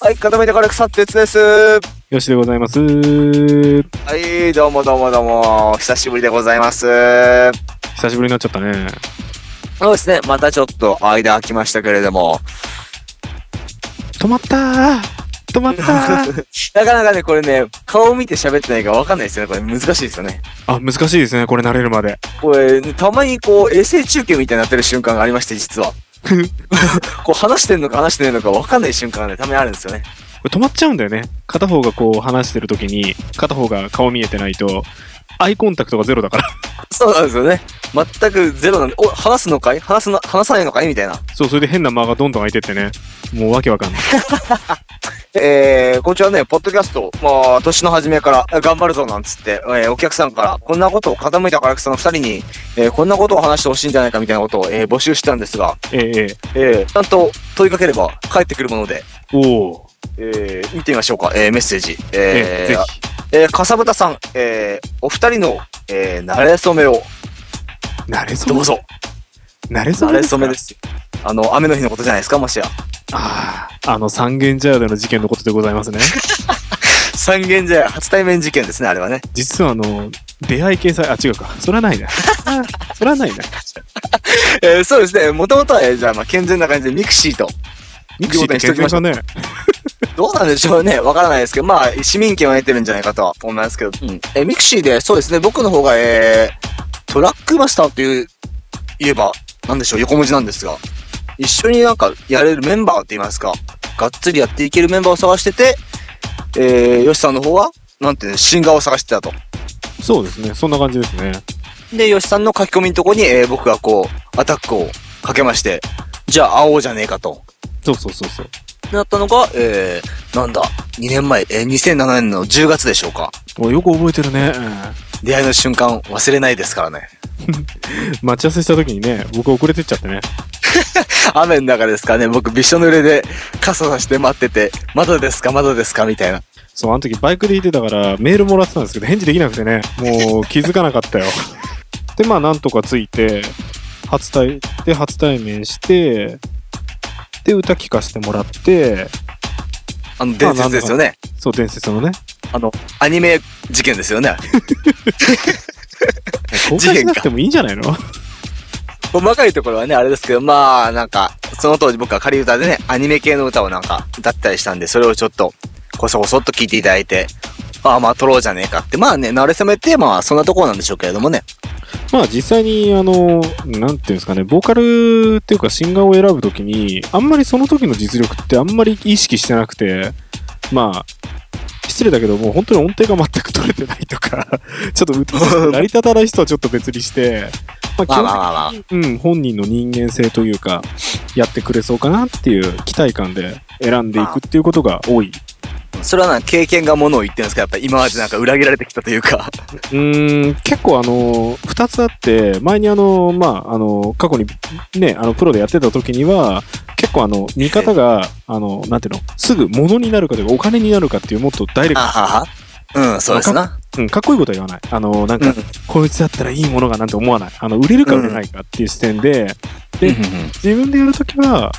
はい、固めてから腐ってやつです。はよしでございます。久い、どうもどうもどうも、久しぶりでございます。そしぶりになっちゃったね。うですね、またちょっと間空きましたけれど も、止まったー止まった ーなかなかね、これね、顔を見て喋ってないからわかんないですよね、これ難しいですよね。あ、難しいですね。これ慣れるまで。 これ、たまにこう、衛星中継みたいになってる瞬間がありまして、実は。こう、話してんのか話してないのかわかんない瞬間がね、たまにあるんですよね。これ止まっちゃうんだよね。片方がこう話してる時に、片方が顔見えてないと、アイコンタクトがゼロだから。 そうなんですよね。全くゼロなんで、お、話すのかい話すの、話さないのかいみたいな。そう、それで変な間がどんどん空いてってね。もうわけわかんない。えー、こちらね、ポッドキャスト、まあ、年の初めからえ頑張るぞなんつって、えーお客さんから、こんなことを傾いたからくその二人に、えーこんなことを話してほしいんじゃないかみたいなことを、えー募集したんですが、えええええー、ちゃんと問いかければ返ってくるもので、おお。えー、見てみましょうか、えーメッセージ。えええぜーえーかさぶたさん、えー、お二人の、えー、慣れ初めを、ひ。慣れそどうぞ。慣れそ慣めれ初めです。あの、雨の日のことじゃないですか、もしや。ああ、あの三軒茶屋での事件のことでございますね。三軒茶屋初対面事件ですね、あれはね。実はあの、出会い系さ、あ、違うか。それはな いな。あそれはないな。えー、そうですね、もともとは、えーじゃあ、まあ、健全な感じでミクシーと、ミクシーって健全だね。どうなんでしょうね。わからないですけど、まあ、市民権を得てるんじゃないかとは思いますけど。うん。え、ミクシーで、そうですね、僕の方が、えー、トラックマスターという、言えば、なんでしょう、横文字なんですが、一緒になんかやれるメンバーって言いますか、がっつりやっていけるメンバーを探してて、えー、ヨシさんの方は、なんていうの、シンガーを探してたと。そうですね。そんな感じですね。で、ヨシさんの書き込みのとこに、えー、僕がこう、アタックをかけまして、じゃあ会おうじゃねえかと。そうそうそうそう。なったのが、えー、なんだ、2年前、えー、2007年の10月でしょうか。およく覚えてるね。出会いの瞬間忘れないですからね。待ち合わせした時にね、僕遅れてっちゃってね。雨の中ですかね、僕びしょ濡れで傘さして待ってて、まだですかまだですかみたいな。そう、あの時バイクで行ってたからメールもらってたんですけど、返事できなくてね、もう気づかなかったよ。 で、まあなんとかついて、初対、で、初対面して、で、歌聴かせてもらって、あの、伝説ですよね。そう、伝説のね、あの、アニメ事件ですよね。公開しなくてもいいんじゃないの細かいところはね、あれですけど、まあ、なんか、その当時僕は仮歌でね、アニメ系の歌をなんか歌ったりしたんで、それをちょっと、こそこそっと聞いていただいて、ああ、まあ、撮ろうじゃねえかって。まあね、慣れ初めって、まあ、そんなところなんでしょうけれどもね。まあ実際に、あの、なんていうんですかね、ボーカルっていうかシンガーを選ぶときに、あんまりその時の実力ってあんまり意識してなくて、まあ、失礼だけど、もう本当に音程が全く取れてないとか、 ちょっと歌が成り立たない人はちょっと別にして、まあ基まあまあ本まあまあ。的に、うん、本人の人間性というか、やってくれそうかなっていう期待感で選んでいくっていうことが多い。それはなんか経験がものを言ってるんですかやっぱ今までなんか裏切られてきたというか。うーん結構あの2つあって前にあのまああの過去にねあのプロでやってた時には結構あの見方があのなんていうのすぐ物になるかというかお金になるかっていうもっとダイレクト あはは。うん、そうですな。うん、かっこいいことは言わないあのなんか、うんこいつだったらいいものがなんて思わないあの売れるか売れないかっていう視点で、うんでうん自分でやるときは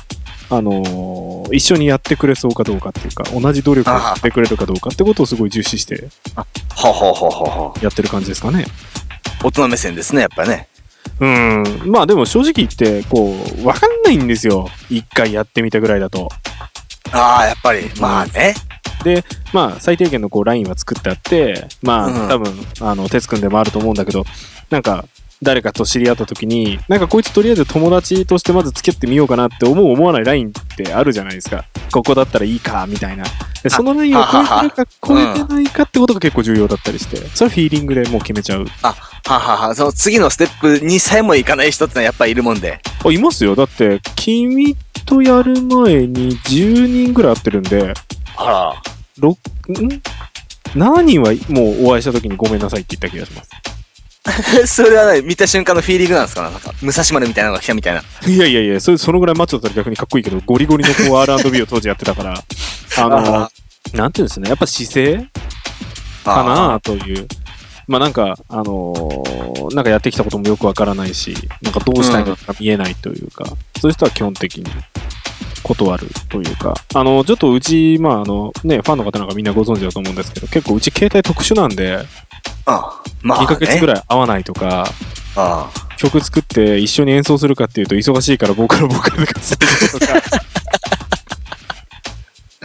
あの一緒にやってくれそうかどうかっていうか同じ努力をやってくれるかどうかってことをすごい重視してほうほうほうほうほやってる感じですかね。う。大人目線ですね、やっぱね。うん。まあでも正直言って、こう、わかんないんですよ。一回やってみたぐらいだと。ああ、やっぱり。まあね。まあ最低限のこうラインは作ってあって、まあ、うん多分、あの、哲くんでもあると思うんだけど、なんか、誰かと知り合った時に、なんかこいつとりあえず友達としてまず付き合ってみようかなって思う思わないラインってあるじゃないですか。ここだったらいいか、みたいな。でそのラインを超えてるか超えてないかってことが結構重要だったりして、それはフィーリングでもう決めちゃう。ははは。その次のステップにさえもいかない人ってのはやっぱりいるもんで。あ、いますよ。だって、君とやる前に10人ぐらい会ってるんで、あら。六ん何人はもうお会いした時にごめんなさいって言った気がします。 それはね、見た瞬間のフィーリングなんですかなんか、武蔵丸みたいなのが来たみたいな。いやいやいや、それそのぐらいマッチョだったら逆にかっこいいけど、ゴリゴリの こう R&B を当時やってたから、ああの、なんていうんですかね、やっぱ姿勢かなという。まあなんか、あのーなんかやってきたこともよくわからないし、なんかどうしたいのか見えないというか、そういう人は基本的に断るというか、あの、ちょっとうち、まあ、あの、ね、ファンの方なんかみんなご存知だと思うんですけど、結構うち携帯特殊なんで、あまあ、ね。 2ヶ月ぐらい。らい会わないとか、ああ曲作って一緒に演奏するかっていうと忙しいからボーカルボーカルとかするとか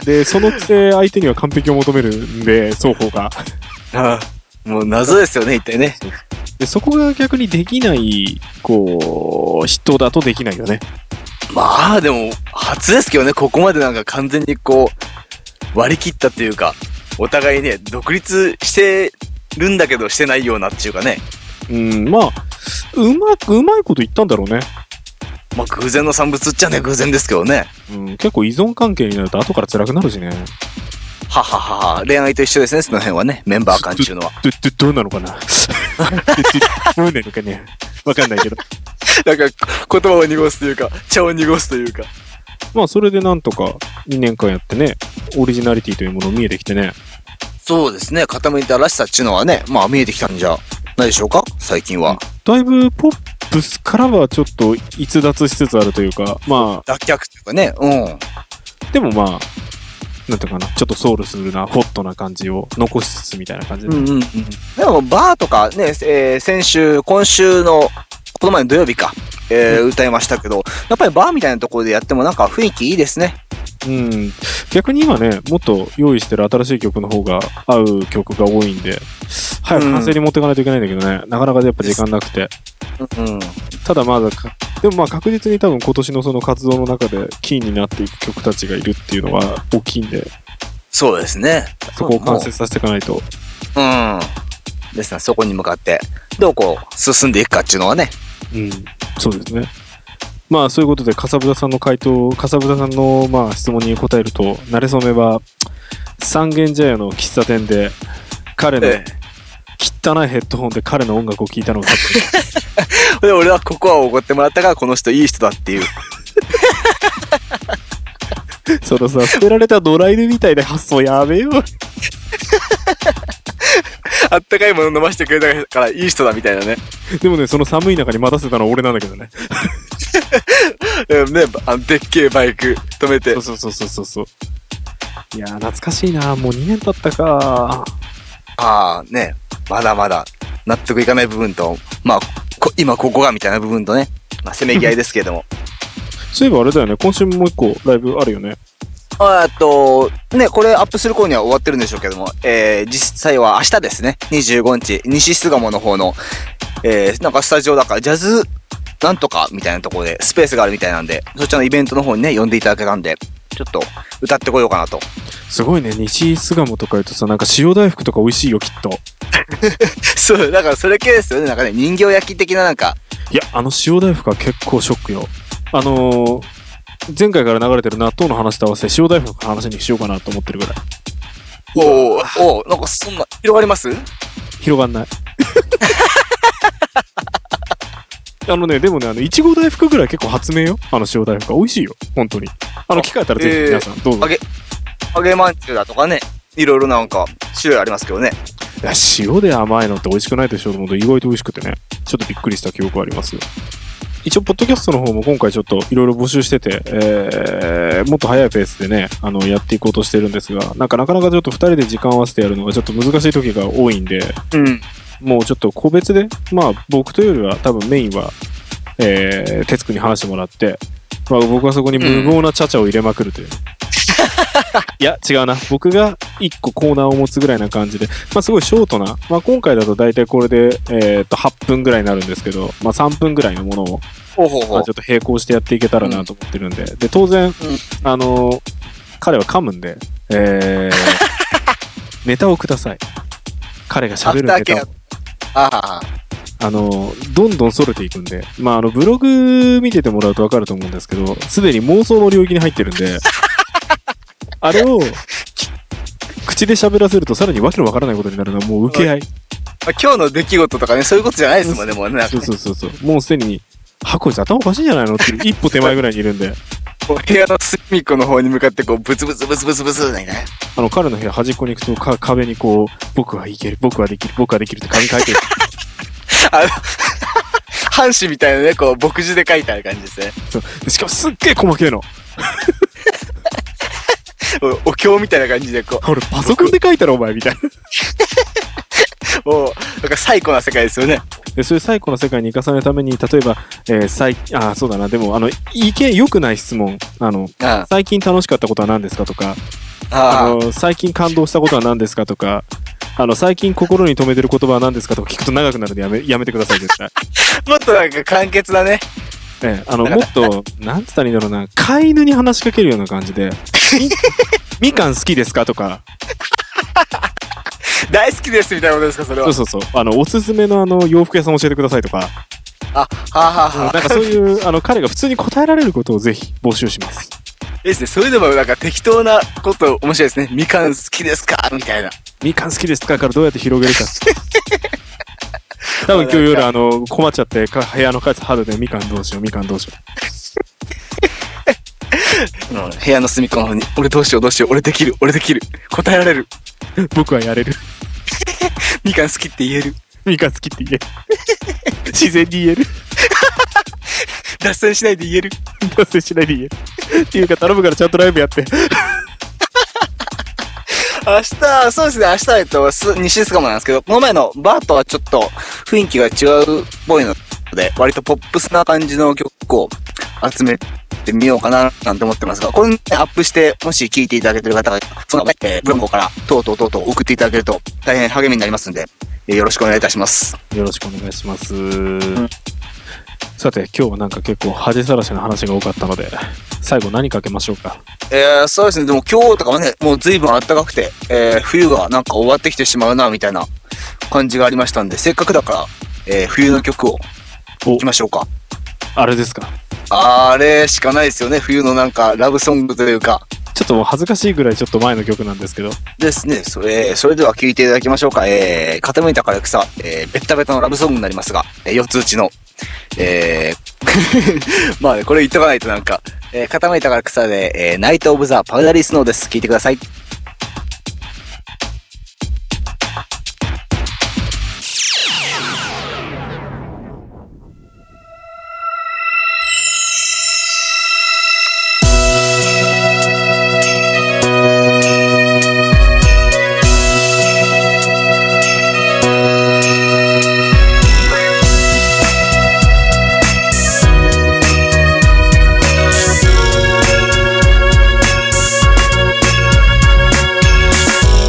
でそのくせ相手には完璧を求めるんで双方がああ。もう謎ですよね、一体ね。でそこが逆にできないこう人だとできないよねまあ、でも、初ですけどね、ここまでなんか完全にこう、割り切ったっていうか、お互いね、独立してるんだけどしてないようなっていうかね、うんまあうまくうまいこと言ったんだろうね、まあ偶然の産物っちゃね、偶然ですけどね。うん、結構依存関係になると後から辛くなるしねはははは、恋愛と一緒ですね、その辺はね、メンバー間っていうのは。どどどうなのかな どどどうなのかねわかんないけど なんか、言葉を濁すというか、茶を濁すというか。まあそれでなんとか2年間やってねオリジナリティというものを見えてきてねそうですね、傾いたらしさっていうのはね、まあ見えてきたんじゃないでしょうか、最近は。だいぶポップスからはちょっと逸脱しつつあるというか、ま脱却っていうかね、うん。あ、でもまあ、なんていうかな、ちょっとソウルするな、ホットな感じを残しつつみたいな感じで。うんうんうん。でも、バーとかね、えー先週、今週の、この前の土曜日か、えー歌いましたけど、やっぱりバーみたいなところでやってもなんか雰囲気いいですね。うん逆に今ね、もっと用意してる新しい曲の方が合う曲が多いんで、早く完成に持っていかないといけないんだけどね、なかなかやっぱ時間なくて。うん。ただまだか、でもまあ確実に多分今年のその活動の中でキーになっていく曲たちがいるっていうのは大きいんで、そうですね。そこを完成させていかないと。うん。ですね、そこに向かって、どうこう、進んでいくかっていうのはね。うん、そうですね。まあそういうことで、かさぶたさんの回答、かさぶたさんのまあ質問に答えると、なれそめは、三軒茶屋の喫茶店で、彼のえ汚いヘッドホンで彼の音楽を聴いたのを買ってえ。で、俺はここはおごってもらったから、この人いい人だっていう。 る、 そのさ、捨てられたドライルみたいで発想やめよう。あったかいもの飲ませてくれたから、いい人だみたいなね。でもね、その寒い中に待たせたのは俺なんだけどね。うんね、あのでっけえバイク止めてそう。そうそうそうそうそう。いやー、懐かしいなもう2年経ったかああ、ね、まだまだ納得いかない部分と、まあ、こ今ここがみたいな部分とね、まあ、せめぎ合いですけれども。そういえばあれだよね、今週もう一個ライブあるよね。あーっと、ね、これアップする頃には終わってるんでしょうけども、えー、実際は明日ですね、25日、西巣鴨の方の、えー、なんかスタジオだから、ジャズなんとかみたいなところで、スペースがあるみたいなんで、そちらのイベントの方にね、呼んでいただけたんで、ちょっと歌ってこようかなと。 すごいね、西巣鴨とか言うとさ、なんか塩大福とか美味しいよ、きっと。そう、だからそれ系ですよね、なんかね、人形焼き的ななんか、いや、あの塩大福は結構ショックよ。あのー、前回から流れてる納豆の話と合わせて塩大福の話にしようかなと思ってるぐらい。おーおーなんかそんな、広がります広がんない。 あのね、でもね、あの、いちご大福ぐらい結構発明よ。あの塩大福は美味しいよ。本当に。あの、機会あったらぜひ皆さん、どうぞあ。げ、揚げまんじゅうだとかね、いろいろなんか種類ありますけどね。いや塩で甘いのって美味しくないでしょうと思うと意外と美味しくてね、ちょっとびっくりした記憶はありますよ。一応、ポッドキャストの方も今回ちょっといろいろ募集してて、えー、もっと早いペースでね、あの、やっていこうとしてるんですが、なんかなかなかちょっと二人で時間を合わせてやるのがちょっと難しい時が多いんで、うん。もうちょっと個別で、まあ僕というよりは多分メインは、えー、哲くんに話してもらって、まあ僕はそこに無謀なチャチャを入れまく るという。いや、違うな。僕が一個コーナーを持つぐらいな感じで、まあすごいショートな、まあ今回だと大体これで、えー、と8分ぐらいになるんですけど、まあ3分ぐらいのものを、ほうほうまほあ、うちょ。っと並行してやっていけたらなと思ってるんで、で、当然、あのー彼は噛むんで、え ー、ネタをください。彼が喋るアネフタータケをア。ああ、あの、どんどん逸れていくんで、まあ、あの、ブログ見ててもらうとわかると思うんですけど、すでに妄想の領域に入ってるんで、あれを、口で喋らせるとさらにわけのわからないことになるのはもう受け合い。まあ、今日の出来事とかね、そういうことじゃないですもんね、もうね。なんかそうそうそうそう。もうすでに、あ、こいつ頭おかしいんじゃないのっていう一歩手前ぐらいにいるんで、こう部屋の隅っこの方に向かって、こう、ブツブツブツブツブツみたいなね。あの、彼の部屋端っこに行くとか壁にこう、僕はいける、僕はできる、僕はできるって紙書いてる。あの、半紙みたいなね、こう、牧師で書いてある感じですね。でしかもすっげえ細けえの。おお経みたいな感じで、こ俺パソコンで書いたろお前みたいな。う、もう、なんか最古な世界ですよね。で、そういう最古の世界に生かされるために、例えば、えー最、あー、そうだな、でも、あの、意見良くない質問。あの、あ最近楽しかったことは何ですかとか、ああの、最近感動したことは何ですかとか、あの、最近心に留めてる言葉は何ですかとか聞くと長くなるんでやめ、やめてください、絶対。 ー。もっとなんか簡潔だね。ええ、あの、もっと、なんつったらいいんだろうな、飼い犬に話しかけるような感じで、 みみかん好きですかとか、大好きですみたいなことですか、それは。そうそうそう、あの、おすすめのあの、洋服屋さん教えてくださいとか、あ、はあ、はあはなんかそういう、あの、彼が普通に答えられることをぜひ募集します。いいですね。それでもなんか適当なこと面白いですね。みかん好きですかみたいな。みかん好きですかからどうやって広げるか。多分今日夜、あの、困っちゃって、か部屋の帰ってハードでみかんどうしよう、みかんどうしようん部屋の隅っこの方に、俺どうしようどうしよう、俺できる、俺できる。答えられる。う。僕はやれる。みかん好きって言える。みかん好きって言える。自然に言える。脱線しないで言える。達成しないで言える。っていうか頼むからちゃんとライブやって。明日、そうですね、明日、えっと、す西須鴨なんですけど、この前のバーとはちょっと雰囲気が違うっぽいので、割とポップスな感じの曲を集めてみようかな、なんて思ってますが、これ、ね、アップして、もし聴いていただけてる方が、その、えー、ブログから、とうとうとうとう送っていただけると、大変励みになりますんで、えーよろしくお願いいたします。よろしくお願いします。さて、今日はなんか結構恥さらしの話が多かったので、最後何かけましょうか。えー、そうですね、でも今日とかはね、もう随分暖かくて、えー、冬がなんか終わってきてしまうな、みたいな感じがありましたんで、せっかくだから、えー、冬の曲をお聴きましょうか。あれですか。あれしかないですよね。冬のなんか、ラブソングというか。ちょっともう恥ずかしいぐらいちょっと前の曲なんですけど、ですね。それ、それでは聴いていただきましょうか。えー、傾いた枯れ草、えー、ベッタベタのラブソングになりますが、えー、四つ打ちの、えー、 まあね、これ言っとかないとなんか、えー、傾いた枯れ草で、えー、ナイト・オブ・ザ・パウダリー・スノーです。聴いてください。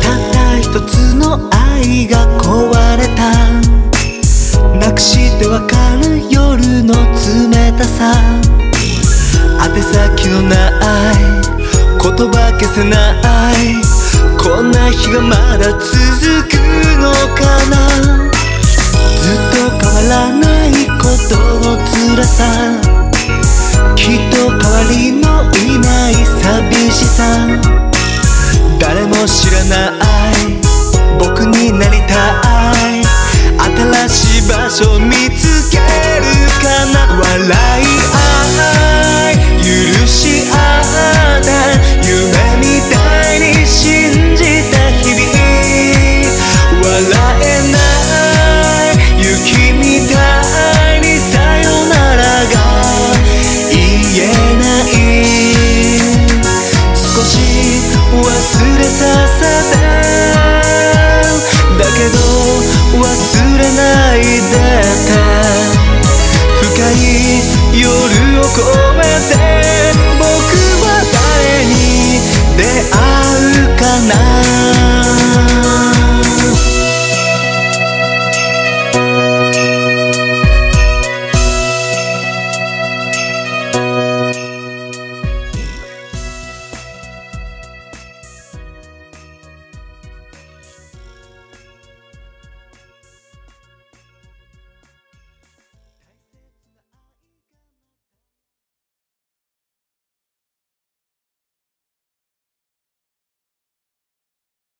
たった一つの愛が壊れたなくしてわかる夜の冷たさ宛先のない言葉消せないこんな日がまだ続くのかなずっと変わらないことの辛さきっと代わりのいない寂しさ誰も知らない僕になりたい新しい場所見つけるかな笑